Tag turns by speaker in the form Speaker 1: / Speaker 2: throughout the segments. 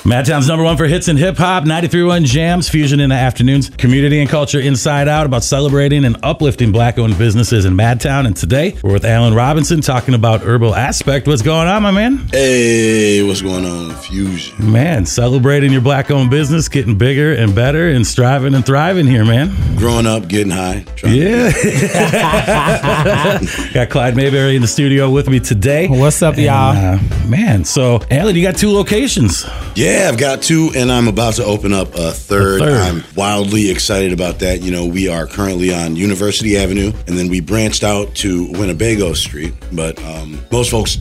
Speaker 1: Madtown's number one for hits and hip hop, 931 Jams, Fusion in the Afternoons, Community and Culture Inside Out, about celebrating and uplifting black owned businesses in Madtown. And today we're with Alan Robinson talking about Herbal Aspect. What's going on, my man?
Speaker 2: Hey, what's going on, Fusion?
Speaker 1: Man, celebrating your black owned business, getting bigger and better, and striving and thriving here, man.
Speaker 2: Growing up, getting high. Trying
Speaker 1: Yeah. got Clyde Mayberry in the studio with me today.
Speaker 3: What's up, y'all?
Speaker 1: Uh, man, so Alan, you got two locations.
Speaker 2: Yeah, I've got two, and I'm about to open up a 3rd
Speaker 1: A third.
Speaker 2: I'm wildly excited about that. You know, we are currently on University Avenue, and then we branched out to Winnebago Street. But um, most folks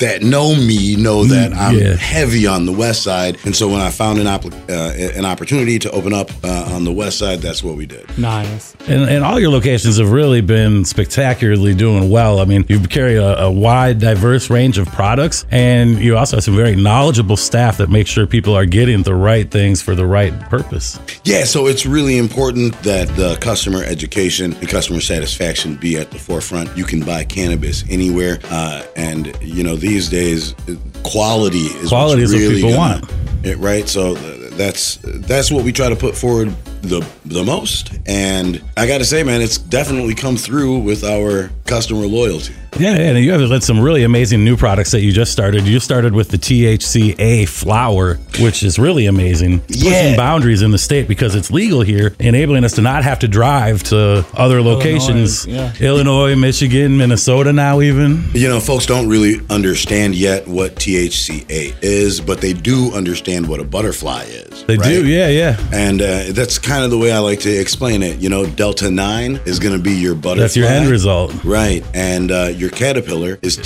Speaker 2: that know me know that I'm
Speaker 1: Mm, yeah.
Speaker 2: heavy on the west side, and so when I found an oppor- uh, an opportunity to open up uh, on the west side, that's what we did.
Speaker 3: Nice.
Speaker 1: And, and all your locations have really been spectacularly doing well. I mean, you carry a, a wide, diverse range of products, and you also have some very knowledgeable staff that make sure people are getting the right things for the right purpose.
Speaker 2: Yeah, so it's really important that the customer education and customer satisfaction be at the forefront. You can buy cannabis anywhere, uh, and you know these days, quality is
Speaker 1: Quality
Speaker 2: what's
Speaker 1: is what
Speaker 2: really
Speaker 1: people
Speaker 2: gonna-
Speaker 1: want.
Speaker 2: it, right? So th- that's that's what we try to put forward the the most. And I got to say, man, it's definitely come through with our customer loyalty.
Speaker 1: Yeah, yeah, and you have had some really amazing new products that you just started. You started with the THCA flower, which is really amazing. It's
Speaker 2: Yeah.
Speaker 1: Pushing boundaries in the state because it's legal here, enabling us to not have to drive to other locations.
Speaker 3: yeah.
Speaker 1: Illinois, Michigan, Minnesota now even.
Speaker 2: You know, folks don't really understand yet what THCA is, but they do understand what a butterfly is.
Speaker 1: They
Speaker 2: right?
Speaker 1: do, yeah, yeah.
Speaker 2: And uh, that's kind of the way I like to explain it. You know, Delta 9 is going to be your butterfly.
Speaker 1: That's your end result.
Speaker 2: Right. And uh, your caterpillar is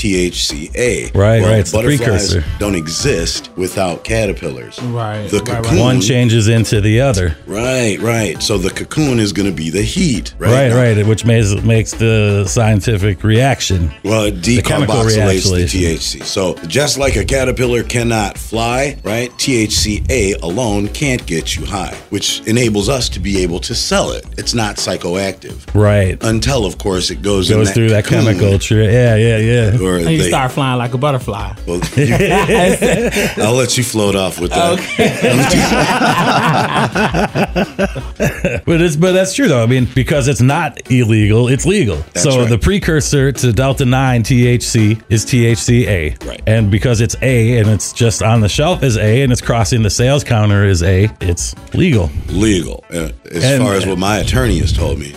Speaker 2: THCA.
Speaker 1: Right, right. It's the
Speaker 2: Butterflies
Speaker 1: precursor.
Speaker 2: don't exist without caterpillars.
Speaker 3: Right,
Speaker 2: The
Speaker 3: right, right.
Speaker 2: cocoon.
Speaker 1: One changes into the other.
Speaker 2: Right, right. So the cocoon is going to be the heat. Right,
Speaker 1: Right, right, which makes, makes the scientific reaction.
Speaker 2: Well, it
Speaker 1: chemical
Speaker 2: decarboxylates the,
Speaker 1: reactionation.
Speaker 2: THC. So just like a caterpillar cannot fly, right? THCA alone can't get you high, which enables us to be able to sell it. It's not psychoactive.
Speaker 1: Right.
Speaker 2: until of course it goes in
Speaker 1: Goes through that
Speaker 2: cocoon,
Speaker 1: chemical tree. Yeah, yeah, yeah.
Speaker 2: or
Speaker 3: And you
Speaker 2: they-
Speaker 3: start flying like a butterfly.
Speaker 2: well, you- I'll let you float off with that.
Speaker 1: But it's but that's true though. I mean, because it's not illegal, it's legal.
Speaker 2: That's
Speaker 1: so
Speaker 2: right.
Speaker 1: the precursor to delta nine THC is THCA.
Speaker 2: Right.
Speaker 1: And because it's A and it's just on the shelf as A and it's crossing the sales counter as A, it's legal.
Speaker 2: Legal, uh, as
Speaker 1: And-
Speaker 2: far as what my attorney has told me.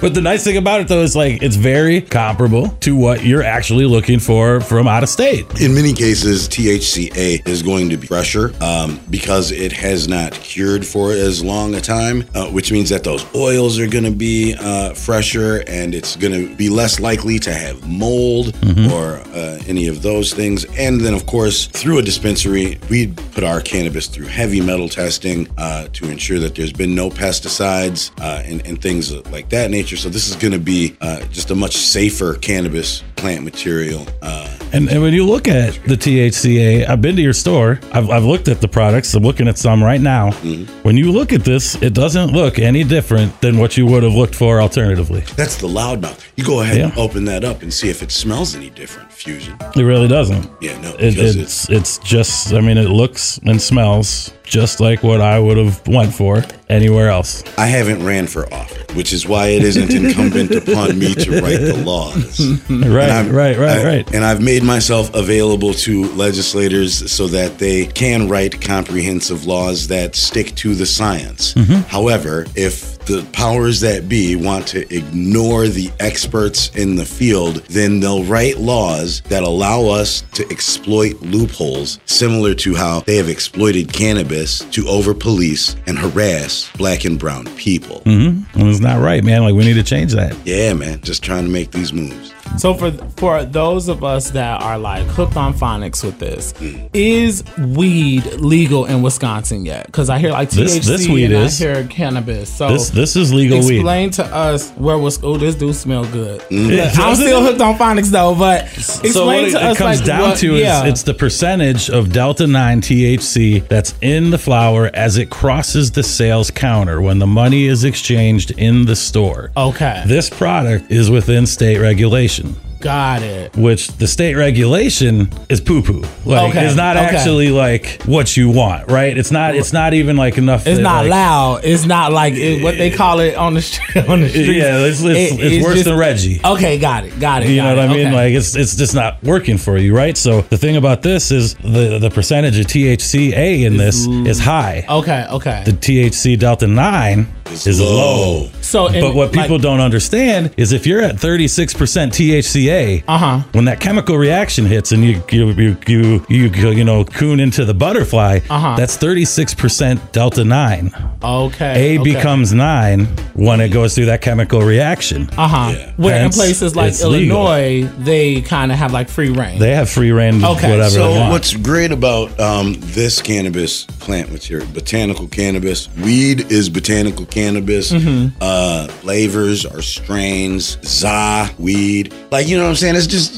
Speaker 1: But the nice thing about it though is like it's very comparable to what you're actually looking for from out of state.
Speaker 2: In many cases, THCA is going to be fresher um, because it has not cured for as long a time, uh, which means that those oils are going to be uh, fresher and it's going to be less likely to have mold or uh, any of those things. And then, of course, through a dispensary, we put our cannabis through heavy metal testing uh, to ensure that there's been no pesticides uh, and, and things like that nature. So this is going to be uh, just a much safer cannabis plant material. Uh,
Speaker 1: And, and when you look at the THCA, I've been to your store. I've, I've looked at the products. I'm looking at some right now.
Speaker 2: Mm-hmm.
Speaker 1: When you look at this, it doesn't look any different than what you would have looked for alternatively.
Speaker 2: That's the loudmouth. You go ahead and
Speaker 1: Yeah.
Speaker 2: open that up and see if it smells any different. Fusion.
Speaker 1: It really doesn't.
Speaker 2: Yeah, no,
Speaker 1: It,
Speaker 2: because it-
Speaker 1: it's it's just. I mean, it looks and smells just like what I would have went for anywhere else.
Speaker 2: I haven't ran for office, which is why it isn't incumbent upon me to write the laws.
Speaker 1: Right,
Speaker 2: I'm-
Speaker 1: right, right,
Speaker 2: I-
Speaker 1: right.
Speaker 2: And I've made myself available to legislators so that they can write comprehensive laws that stick to the science.
Speaker 1: Mm-hmm.
Speaker 2: However, if the powers that be want to ignore the experts in the field, then they'll write laws that allow us to exploit loopholes, similar to how they have exploited cannabis to over police and harass black and brown people.
Speaker 1: And it's not right, man. Like we need to change that.
Speaker 2: Yeah, man, just trying to make these moves.
Speaker 3: So for for those of us that are like hooked on phonics with this,
Speaker 1: Mm.
Speaker 3: is weed legal in Wisconsin yet? Because I hear like THC
Speaker 1: This- this weed
Speaker 3: and
Speaker 1: is.
Speaker 3: I hear cannabis. So
Speaker 2: Oh.
Speaker 1: This this is legal weed.
Speaker 3: explain to us where was oh this dude smell good. But I'm
Speaker 1: doesn't
Speaker 3: still
Speaker 1: it?
Speaker 3: hooked on phonics though, but explain
Speaker 1: so what it,
Speaker 3: to
Speaker 1: it
Speaker 3: us
Speaker 1: comes
Speaker 3: like
Speaker 1: down
Speaker 3: what-
Speaker 1: to is
Speaker 3: yeah.
Speaker 1: it's the percentage of delta 9 THC that's in the flower as it crosses the sales counter when the money is exchanged in the store.
Speaker 3: okay.
Speaker 1: This product is within state regulation.
Speaker 3: Got it.
Speaker 1: which the state regulation is poo poo. Like
Speaker 3: Okay,
Speaker 1: it's not
Speaker 3: okay.
Speaker 1: actually like what you want, right? It's not. It's not even like enough.
Speaker 3: It's
Speaker 1: that,
Speaker 3: not
Speaker 1: like,
Speaker 3: loud. It's not like it, what they call it on the street. On the street.
Speaker 1: Yeah, it's, it's,
Speaker 3: It-
Speaker 1: it's, worse
Speaker 3: just-
Speaker 1: than Reggie.
Speaker 3: Okay, got it. Got it.
Speaker 1: You know
Speaker 3: got
Speaker 1: what
Speaker 3: it,
Speaker 1: I mean?
Speaker 3: okay.
Speaker 1: Like it's it's just not working for you, right? So the thing about this is the the percentage of THCA in this is high.
Speaker 3: okay, okay.
Speaker 1: The THC delta nine
Speaker 2: It's
Speaker 1: is
Speaker 2: low.
Speaker 1: low.
Speaker 3: so, and,
Speaker 1: But what
Speaker 3: like,
Speaker 1: people don't understand is if you're at 36% THCA,
Speaker 3: Uh-huh.
Speaker 1: when that chemical reaction hits and you you you you you, go, you know coon into the butterfly,
Speaker 3: Uh-huh.
Speaker 1: that's 36% delta 9.
Speaker 3: okay,
Speaker 1: A
Speaker 3: okay.
Speaker 1: becomes 9 when it goes through that chemical reaction.
Speaker 3: Uh huh.
Speaker 2: Yeah.
Speaker 3: Where
Speaker 1: Hence,
Speaker 3: in places like
Speaker 1: it's legal.
Speaker 3: Illinois, they kind of have like free reign.
Speaker 1: They have free reign to
Speaker 3: Okay,
Speaker 1: whatever
Speaker 2: So
Speaker 1: they want.
Speaker 2: what's great about um, this cannabis plant material, botanical cannabis, weed is botanical cannabis. Uh, flavors are strains. Za weed, like you know what I'm saying. It's just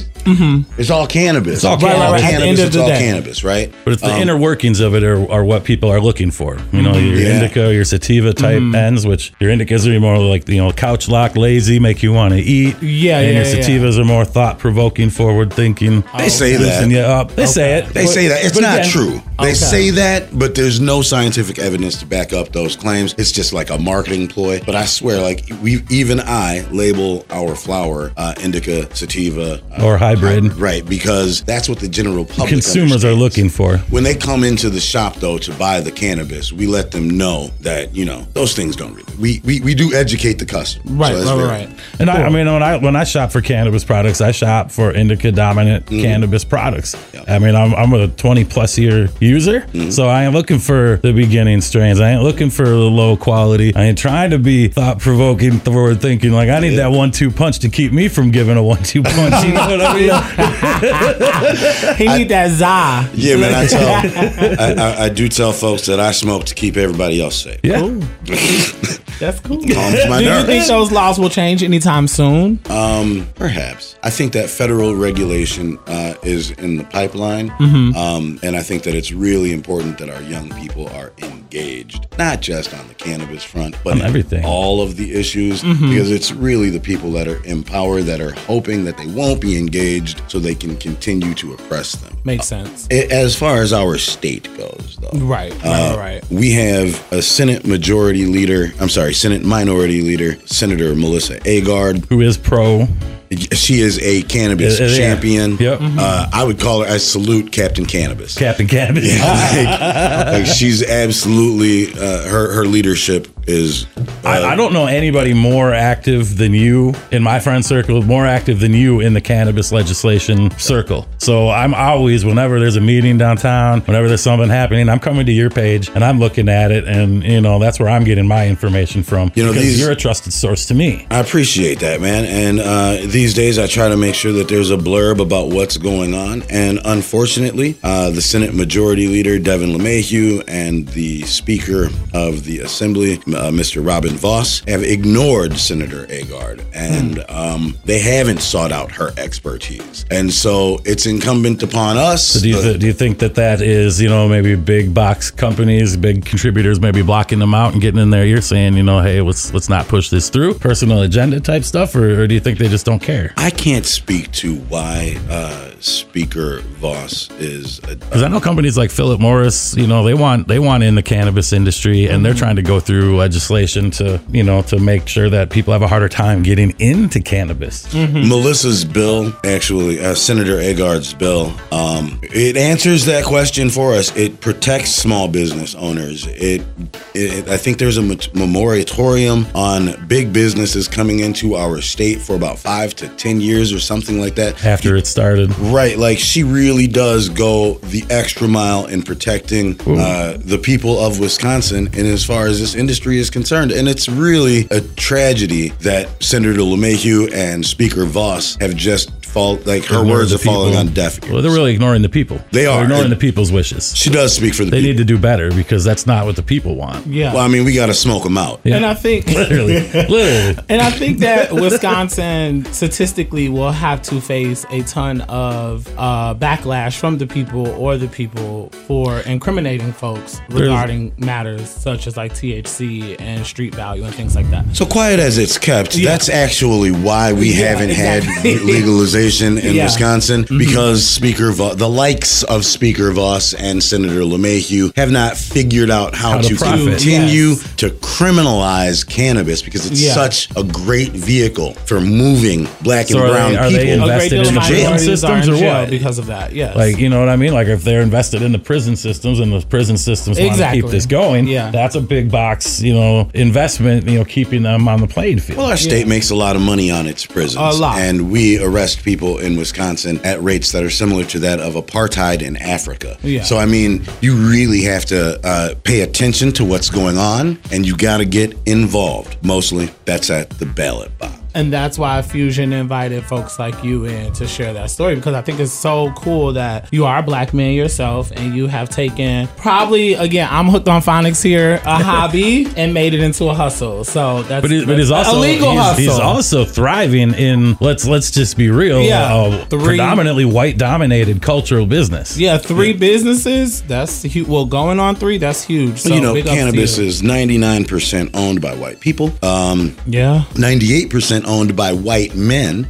Speaker 2: it's all cannabis. It's
Speaker 1: all Right, right, right.
Speaker 3: At the
Speaker 2: cannabis.
Speaker 3: end of
Speaker 2: it's
Speaker 3: the
Speaker 2: all
Speaker 3: day.
Speaker 2: cannabis, right?
Speaker 1: But it's the
Speaker 2: Um,
Speaker 1: inner workings of it are, are what people are looking for. You
Speaker 3: Mm-hmm.
Speaker 1: know, your
Speaker 2: Yeah.
Speaker 1: indica, your sativa type ends, which your indicas are more like, you know, couch lock, lazy, make you want to eat.
Speaker 3: Yeah,
Speaker 1: And
Speaker 3: yeah,
Speaker 1: your
Speaker 3: yeah, Oh, yeah.
Speaker 1: sativas are more thought provoking, forward thinking.
Speaker 2: They say that.
Speaker 1: Loosen you up. uh, They say it.
Speaker 2: They
Speaker 1: But-
Speaker 2: say that it's
Speaker 1: but
Speaker 2: not
Speaker 1: again-
Speaker 2: true. They
Speaker 3: Okay.
Speaker 2: say that, but there's no scientific evidence to back up those claims. It's just like a marketing ploy. But I swear, like we, even I label our flower uh, indica, sativa, uh,
Speaker 1: Or hybrid.
Speaker 2: right? Because that's what the general public
Speaker 1: Consumers are
Speaker 2: understands.
Speaker 1: looking for.
Speaker 2: When they come into the shop though to buy the cannabis, we let them know that you know those things don't. Really, we we we do educate the customer.
Speaker 3: right,
Speaker 2: So that's
Speaker 3: right,
Speaker 2: very-
Speaker 3: right, right.
Speaker 1: And I, I mean, when I when I shop for cannabis products, I shop for indica dominant cannabis products.
Speaker 2: Yep.
Speaker 1: I mean, I'm, I'm a 20 plus year user, so I ain't looking for the beginning strains. I ain't looking for the low quality. I ain't trying to be thought provoking, forward thinking. Like I need that one two punch to keep me from giving a one two punch. You know what I mean?
Speaker 3: He need that za.
Speaker 2: Yeah, man. I tell, I, I, I do tell folks that I smoke to keep everybody else safe.
Speaker 1: Yeah.
Speaker 3: Ooh, that's cool.
Speaker 2: Calms my
Speaker 3: Do you
Speaker 2: nerves.
Speaker 3: think those laws will change anytime soon?
Speaker 2: Um, perhaps. I think that federal regulation uh, is in the pipeline,
Speaker 1: Mm-hmm.
Speaker 2: um, and I think that it's really important that our young people are engaged, not just on the cannabis front, but
Speaker 1: On
Speaker 2: in
Speaker 1: everything. Mm-hmm.
Speaker 2: all of the issues, because it's really the people that are in power that are hoping that they won't be engaged, so they can continue to oppress them.
Speaker 3: Makes sense.
Speaker 2: A- As far as our state goes, though,
Speaker 3: Right,
Speaker 2: uh,
Speaker 3: right, right.
Speaker 2: we have a Senate majority leader. I'm sorry, Senate minority leader, Senator Melissa Agard.
Speaker 1: Who is pro?
Speaker 2: She is a cannabis
Speaker 1: Yeah, yeah.
Speaker 2: champion.
Speaker 1: Yep. Mhm.
Speaker 2: Uh, I would call her. I salute Captain Cannabis.
Speaker 1: Captain Cannabis.
Speaker 2: like, like she's absolutely uh, her her leadership is. uh,
Speaker 1: I, I don't know anybody more active than you in my friend circle, more active than you in the cannabis legislation circle. So I'm always, whenever there's a meeting downtown, whenever there's something happening, I'm coming to your page and I'm looking at it, and you know that's where I'm getting my information from.
Speaker 2: You know,
Speaker 1: because
Speaker 2: these-
Speaker 1: you're a trusted source to me.
Speaker 2: I appreciate that, man. And uh, these days, I try to make sure that there's a blurb about what's going on. And unfortunately, uh, the Senate Majority Leader Devin LeMahieu and the Speaker of the Assembly, uh, Mr. Robin Voss, have ignored Senator Agard, and
Speaker 1: Hmm.
Speaker 2: um, they haven't sought out her expertise. And so, it's incumbent upon us. Uh,
Speaker 1: Do you,
Speaker 2: the-
Speaker 1: do you think that that is, you know, maybe big box companies, big contributors, maybe blocking them out and getting in their ear saying, you know, hey, let's let's not push this through, personal agenda type stuff, or, or do you think they just don't care?
Speaker 2: I can't speak to why uh, Speaker Voss is a,
Speaker 1: Because I know companies like Philip Morris, you know, they want they want in the cannabis industry, and
Speaker 3: Mm-hmm.
Speaker 1: they're trying to go through legislation to you know to make sure that people have a harder time getting into cannabis.
Speaker 3: Mm-hmm.
Speaker 2: Melissa's bill, actually, uh, Senator Agard's bill, um, it answers that question for us. It protects small business owners. It, it I think there's a mat- moratorium on big businesses coming into our state for about five to ten years or something like that.
Speaker 1: After it started,
Speaker 2: Right, like she really does go the extra mile in protecting uh, the people of Wisconsin, and as far as this industry is concerned, and it's really a tragedy that Senator LeMahieu and Speaker Voss have just fall like her
Speaker 1: Ignore
Speaker 2: words
Speaker 1: the
Speaker 2: are falling
Speaker 1: people.
Speaker 2: on deaf ears.
Speaker 1: well, they're really ignoring the people.
Speaker 2: They
Speaker 1: They're
Speaker 2: are.
Speaker 1: ignoring
Speaker 2: And-
Speaker 1: the people's wishes.
Speaker 2: she does speak for the
Speaker 1: They
Speaker 2: people.
Speaker 1: need to do better because that's not what the people want.
Speaker 3: Yeah.
Speaker 2: well, I mean, we got to smoke them out.
Speaker 1: Yeah.
Speaker 3: and I think
Speaker 1: Literally, literally.
Speaker 3: And I think that Wisconsin statistically will have to face a ton of uh, backlash from the people or the people for incriminating folks regarding matters such as like THC and street value and things like that.
Speaker 2: So quiet as it's kept, that's actually why we
Speaker 3: Yeah,
Speaker 2: haven't
Speaker 3: exactly.
Speaker 2: had legalization situation in
Speaker 3: Yeah.
Speaker 2: Wisconsin
Speaker 1: Mm-hmm.
Speaker 2: because Speaker Vo- the likes of Speaker Voss and Senator LeMahieu have not figured out how,
Speaker 1: How to
Speaker 2: to,
Speaker 1: profit.
Speaker 2: continue
Speaker 3: Yes.
Speaker 2: to criminalize cannabis because it's
Speaker 3: Yeah.
Speaker 2: such a great vehicle for moving black
Speaker 1: So are
Speaker 2: and
Speaker 1: they-
Speaker 2: brown
Speaker 1: are they
Speaker 2: people.
Speaker 3: A
Speaker 1: invested
Speaker 3: great deal
Speaker 1: in
Speaker 3: of
Speaker 1: the prison
Speaker 3: minorities are in
Speaker 1: systems or
Speaker 3: jail
Speaker 1: what?
Speaker 3: because of that. Yes.
Speaker 1: Like you know what I mean? Like if they're invested in the prison systems and the prison systems want to
Speaker 3: Exactly.
Speaker 1: keep this going,
Speaker 3: Yeah.
Speaker 1: that's a big box, you know, investment, you know, keeping them on the playing field.
Speaker 2: Well, our state makes a lot of money on its prisons.
Speaker 3: A lot.
Speaker 2: And we arrest people in Wisconsin at rates that are similar to that of apartheid in Africa.
Speaker 3: Yeah.
Speaker 2: So, I mean, you really have to uh, pay attention to what's going on and you got to get involved. Mostly that's at the ballot box.
Speaker 3: and that's why Fusion invited folks like you in to share that story because I think it's so cool that you are a black man yourself and you have taken probably again I'm hooked on phonics here a hobby and made it into a hustle. So that's
Speaker 1: But, it, but he's
Speaker 3: that's
Speaker 1: also
Speaker 3: a legal
Speaker 1: he's,
Speaker 3: hustle.
Speaker 1: he's also thriving in let's let's just be real,
Speaker 3: Yeah.
Speaker 1: uh,
Speaker 3: Three-
Speaker 1: predominantly white dominated cultural business.
Speaker 3: yeah, three businesses. That's huge. Well, going on three, that's huge. So
Speaker 2: you know,
Speaker 3: big ups to
Speaker 2: cannabis
Speaker 3: you.
Speaker 2: is 99% owned by white people. Um,
Speaker 3: yeah,
Speaker 2: 98% owned by white men,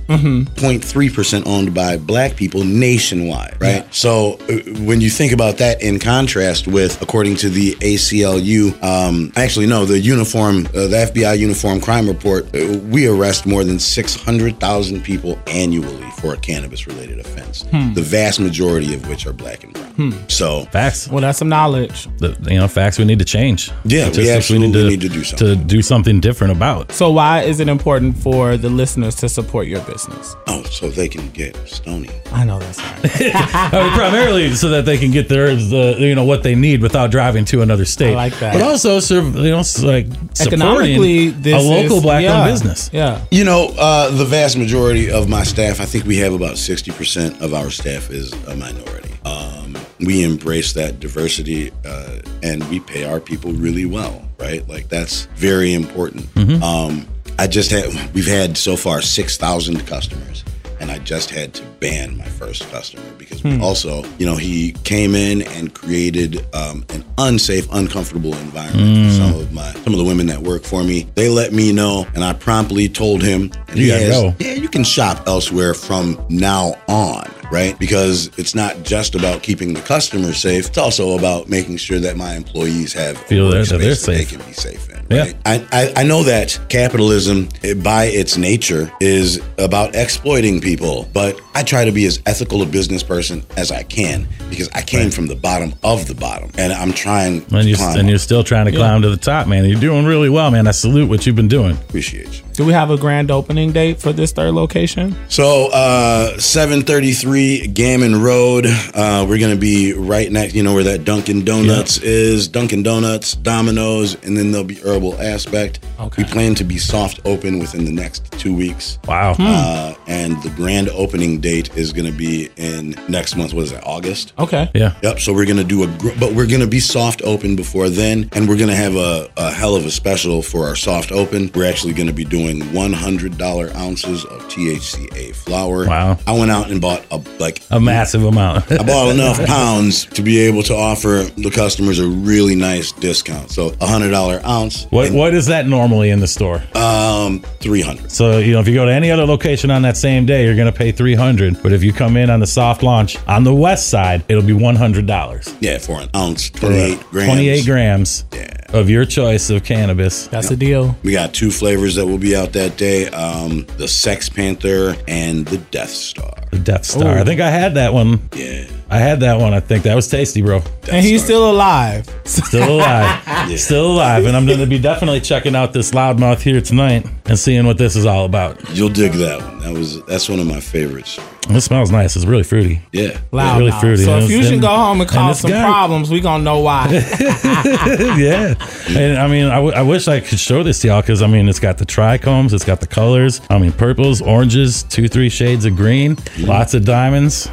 Speaker 2: 0.3% owned by black people nationwide, right? So uh, when you think about that in contrast with, according to the ACLU, um, actually, no, the uniform, uh, the FBI uniform crime report, uh, we arrest more than 600,000 people annually for a cannabis related offense, the vast majority of which are black and brown. So
Speaker 1: Facts.
Speaker 3: well, that's some knowledge.
Speaker 1: The, you know, facts we need to change.
Speaker 2: Yeah, we
Speaker 1: Statistics
Speaker 2: absolutely need to do something.
Speaker 1: to do something different about.
Speaker 3: So why is it important for the listeners to support your business?
Speaker 2: Oh, so they can get stony.
Speaker 3: I know that's right.
Speaker 1: I mean, Uh, primarily so that they can get their the you know what they need without driving to another state.
Speaker 3: I like that.
Speaker 1: But also, serve, you know, s- like
Speaker 3: Economically,
Speaker 1: supporting
Speaker 3: this
Speaker 1: a local
Speaker 3: is-
Speaker 1: black-owned
Speaker 3: yeah,
Speaker 1: business.
Speaker 3: Yeah.
Speaker 2: You know, uh, the vast majority of my staff, I think we have about 60% of our staff is a minority. Um, we embrace that diversity uh, and we pay our people really well, right? Like, that's very important. Um, I just had, we've had so far 6,000 customers. And I just had to ban my first customer because
Speaker 1: Hmm.
Speaker 2: we also, you know, he came in and created um, an unsafe, uncomfortable environment for
Speaker 1: Hmm.
Speaker 2: some of my some of the women that work for me. They let me know, and I promptly told him. And
Speaker 1: You
Speaker 2: he
Speaker 1: gotta
Speaker 2: has-
Speaker 1: go.
Speaker 2: yeah, you can shop elsewhere from now on, right? Because it's not just about keeping the customer safe. It's also about making sure that my employees have a
Speaker 1: Feel that- that they're
Speaker 2: workspace they
Speaker 1: safe.
Speaker 2: can be safe in.
Speaker 1: Yeah.
Speaker 2: Right? I, I, I know that capitalism, eh, by its nature, is about exploiting people, but I try to be as ethical a business person as I can because I came from the bottom of the bottom, and I'm trying
Speaker 1: And
Speaker 2: to
Speaker 1: you're,
Speaker 2: climb
Speaker 1: and
Speaker 2: up.
Speaker 1: you're still trying to climb to the top, man. You're doing really well, man. I salute what you've been doing.
Speaker 2: Appreciate you.
Speaker 3: Do we have a grand opening date for this third location?
Speaker 2: So, uh, 733 Gammon Road. Uh, we're going to be right next, you know, where that Dunkin' Donuts is, Dunkin' Donuts, Domino's, and then there'll be Herbal Aspect.
Speaker 3: Okay.
Speaker 2: We plan to be soft open within the next two weeks.
Speaker 1: Wow.
Speaker 3: Hmm.
Speaker 2: Uh, and the grand opening date is going to be in next month. What is it? August.
Speaker 3: Okay.
Speaker 1: Yeah.
Speaker 2: Yep. So we're gonna do a, gr- but we're gonna be soft open before then, and we're gonna have a, a hell of a special for our soft open. We're actually gonna be doing one hundred dollar ounces of THCA flower.
Speaker 1: Wow.
Speaker 2: I went out and bought a like
Speaker 1: A massive amount.
Speaker 2: I bought enough pounds to be able to offer the customers a really nice discount. So a hundred dollar ounce.
Speaker 1: What
Speaker 2: and,
Speaker 1: what is that normally in the store?
Speaker 2: Um, three hundred.
Speaker 1: So you know, if you go to any other location on that same day, you're gonna pay three hundred. But if you come in on the soft launch on the west side, it'll be one hundred dollars.
Speaker 2: Yeah, for an ounce, twenty eight grams.
Speaker 1: Twenty eight grams of your choice of cannabis.
Speaker 3: That's a deal.
Speaker 2: We got two flavors that will be out that day: um, the Sex Panther and the Death Star.
Speaker 1: The Death Star. I think I had that one.
Speaker 2: Yeah.
Speaker 1: I had that one. I think that was tasty, bro.
Speaker 3: and he's still alive.
Speaker 1: Still alive. Still alive. And I'm gonna be definitely checking out this loudmouth here tonight and seeing what this is all about.
Speaker 2: You'll dig that one. That was that's one of my favorites.
Speaker 1: This smells nice. It's really fruity.
Speaker 2: Yeah.
Speaker 3: Loud
Speaker 1: really
Speaker 3: mouth.
Speaker 1: fruity.
Speaker 3: So
Speaker 1: And
Speaker 3: if
Speaker 1: it's-
Speaker 3: Fusion
Speaker 1: and-
Speaker 3: go home
Speaker 1: and
Speaker 3: and cause
Speaker 1: it's
Speaker 3: some
Speaker 1: got-
Speaker 3: problems, we gonna know why.
Speaker 1: yeah. And I mean, I, w- I wish I could show this to y'all because I mean, it's got the trichomes, it's got the colors. I mean, purples, oranges, two, three shades of green, lots of diamonds.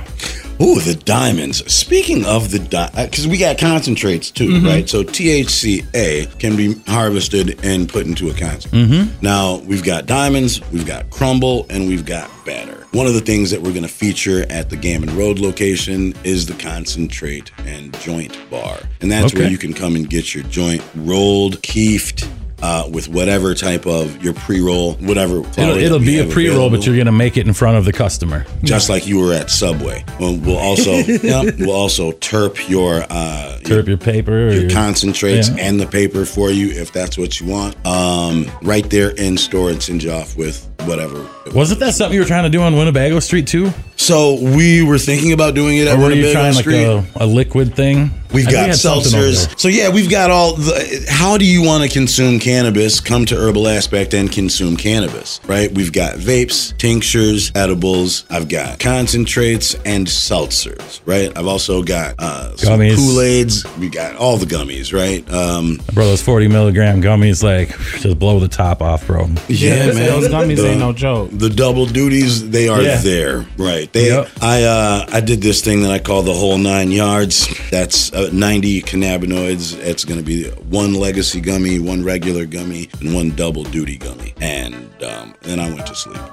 Speaker 2: Ooh, the diamonds. Speaking of the di because we got concentrates too,
Speaker 1: Mm-hmm.
Speaker 2: right? So THCA can be harvested and put into a concentrate.
Speaker 1: Mm-hmm.
Speaker 2: Now we've got diamonds, we've got crumble, and we've got batter. One of the things that we're going to feature at the Gammon Road location is the concentrate and joint bar, and that's
Speaker 1: Okay.
Speaker 2: where you can come and get your joint rolled, keefed. uh, with whatever type of your pre roll, whatever. flower
Speaker 1: It'll,
Speaker 2: that
Speaker 1: it'll
Speaker 2: we
Speaker 1: be a
Speaker 2: have
Speaker 1: pre roll,
Speaker 2: available
Speaker 1: but you're going to make it in front of the customer.
Speaker 2: just like you were at Subway. We'll, we'll also yep, we'll also terp your uh,
Speaker 1: Tear up your paper. Or
Speaker 2: your
Speaker 1: your,
Speaker 2: concentrates
Speaker 1: Yeah.
Speaker 2: and the paper for you if that's what you want. Um, right there in store and send you off with whatever.
Speaker 1: wasn't that something you were trying to do on Winnebago Street too?
Speaker 2: So we were thinking about doing it at
Speaker 1: Or were you
Speaker 2: Winnebago
Speaker 1: trying like
Speaker 2: Street.
Speaker 1: a, a liquid thing? I
Speaker 2: We've
Speaker 1: think
Speaker 2: got
Speaker 1: we had something over there.
Speaker 2: seltzers. So yeah, we've got all the how do you want to consume cannabis? Come to Herbal Aspect and consume cannabis, right? We've got vapes, tinctures, edibles, I've got concentrates and seltzers, right? I've also got uh some
Speaker 1: Gummies.
Speaker 2: Kool-Aids, we got all the gummies, right? Um
Speaker 1: Bro, those 40 milligram gummies, like, just blow the top off, bro.
Speaker 2: yeah,
Speaker 3: Those-
Speaker 2: man.
Speaker 3: Those gummies
Speaker 2: The-
Speaker 3: ain't no joke.
Speaker 2: the double duties they are
Speaker 1: Yeah.
Speaker 2: there right they
Speaker 1: Yep.
Speaker 2: i uh i did this thing that i call the whole nine yards that's uh, 90 cannabinoids it's going to be one legacy gummy one regular gummy and one double duty gummy and um then i went to sleep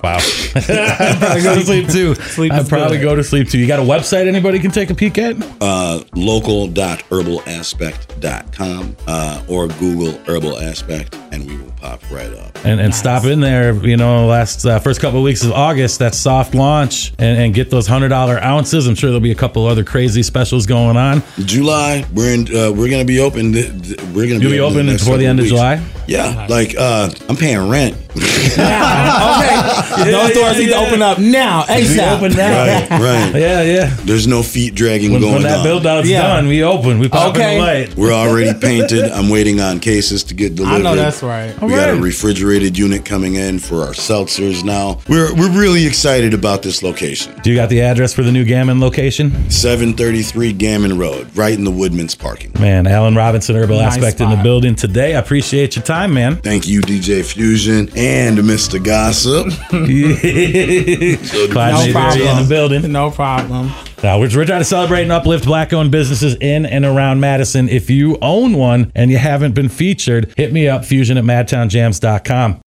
Speaker 1: Wow. I probably go to sleep too.
Speaker 3: Sleep
Speaker 1: I
Speaker 3: is
Speaker 1: probably
Speaker 3: good.
Speaker 1: go to sleep too. You got a website anybody can take a peek at?
Speaker 2: uh local.herbalaspect.com uh or google herbal aspect and we will pop right up
Speaker 1: And, and stop in there, you know, last uh, first couple of weeks of August, that soft launch, and, and get those $100 ounces. I'm sure there'll be a couple other crazy specials going on.
Speaker 2: July, we're in. Uh, we're gonna be open. th- th- we're gonna
Speaker 1: You'll be open
Speaker 2: next
Speaker 1: before the
Speaker 2: couple
Speaker 1: end of
Speaker 2: weeks.
Speaker 1: July?
Speaker 2: Yeah, like uh, I'm paying rent.
Speaker 3: okay. Those doors need to open up now. ASAP.
Speaker 1: open now.
Speaker 2: right, right.
Speaker 1: Yeah, yeah.
Speaker 2: The's no feet dragging
Speaker 1: When,
Speaker 2: going
Speaker 1: when that
Speaker 2: on.
Speaker 1: build out's
Speaker 3: Yeah.
Speaker 1: done, we open. We pop
Speaker 3: Okay.
Speaker 1: in the light.
Speaker 2: We're already painted. I'm waiting on cases to get delivered.
Speaker 3: I know that's right.
Speaker 2: We got a
Speaker 1: Alright.
Speaker 2: refrigerated unit coming in for our seltzers now. We're we're really excited about this location.
Speaker 1: Do you got the address for the new Gammon location?
Speaker 2: 733 Gammon Road, right in the Woodman's parking. lot.
Speaker 1: Man, Alan Robinson, Herbal
Speaker 3: Nice
Speaker 1: Aspect in the
Speaker 3: spot.
Speaker 1: building today. I appreciate your time, man.
Speaker 2: Thank you, DJ Fusion and Mr. Gossip.
Speaker 1: Clyde
Speaker 3: No
Speaker 1: Mayberry in
Speaker 3: problem.
Speaker 1: the building.
Speaker 3: No problem.
Speaker 1: Now, we're, we're trying to celebrate and uplift black owned businesses in and around Madison. If you own one and you haven't been featured, hit me up, fusion at madtownjams.com.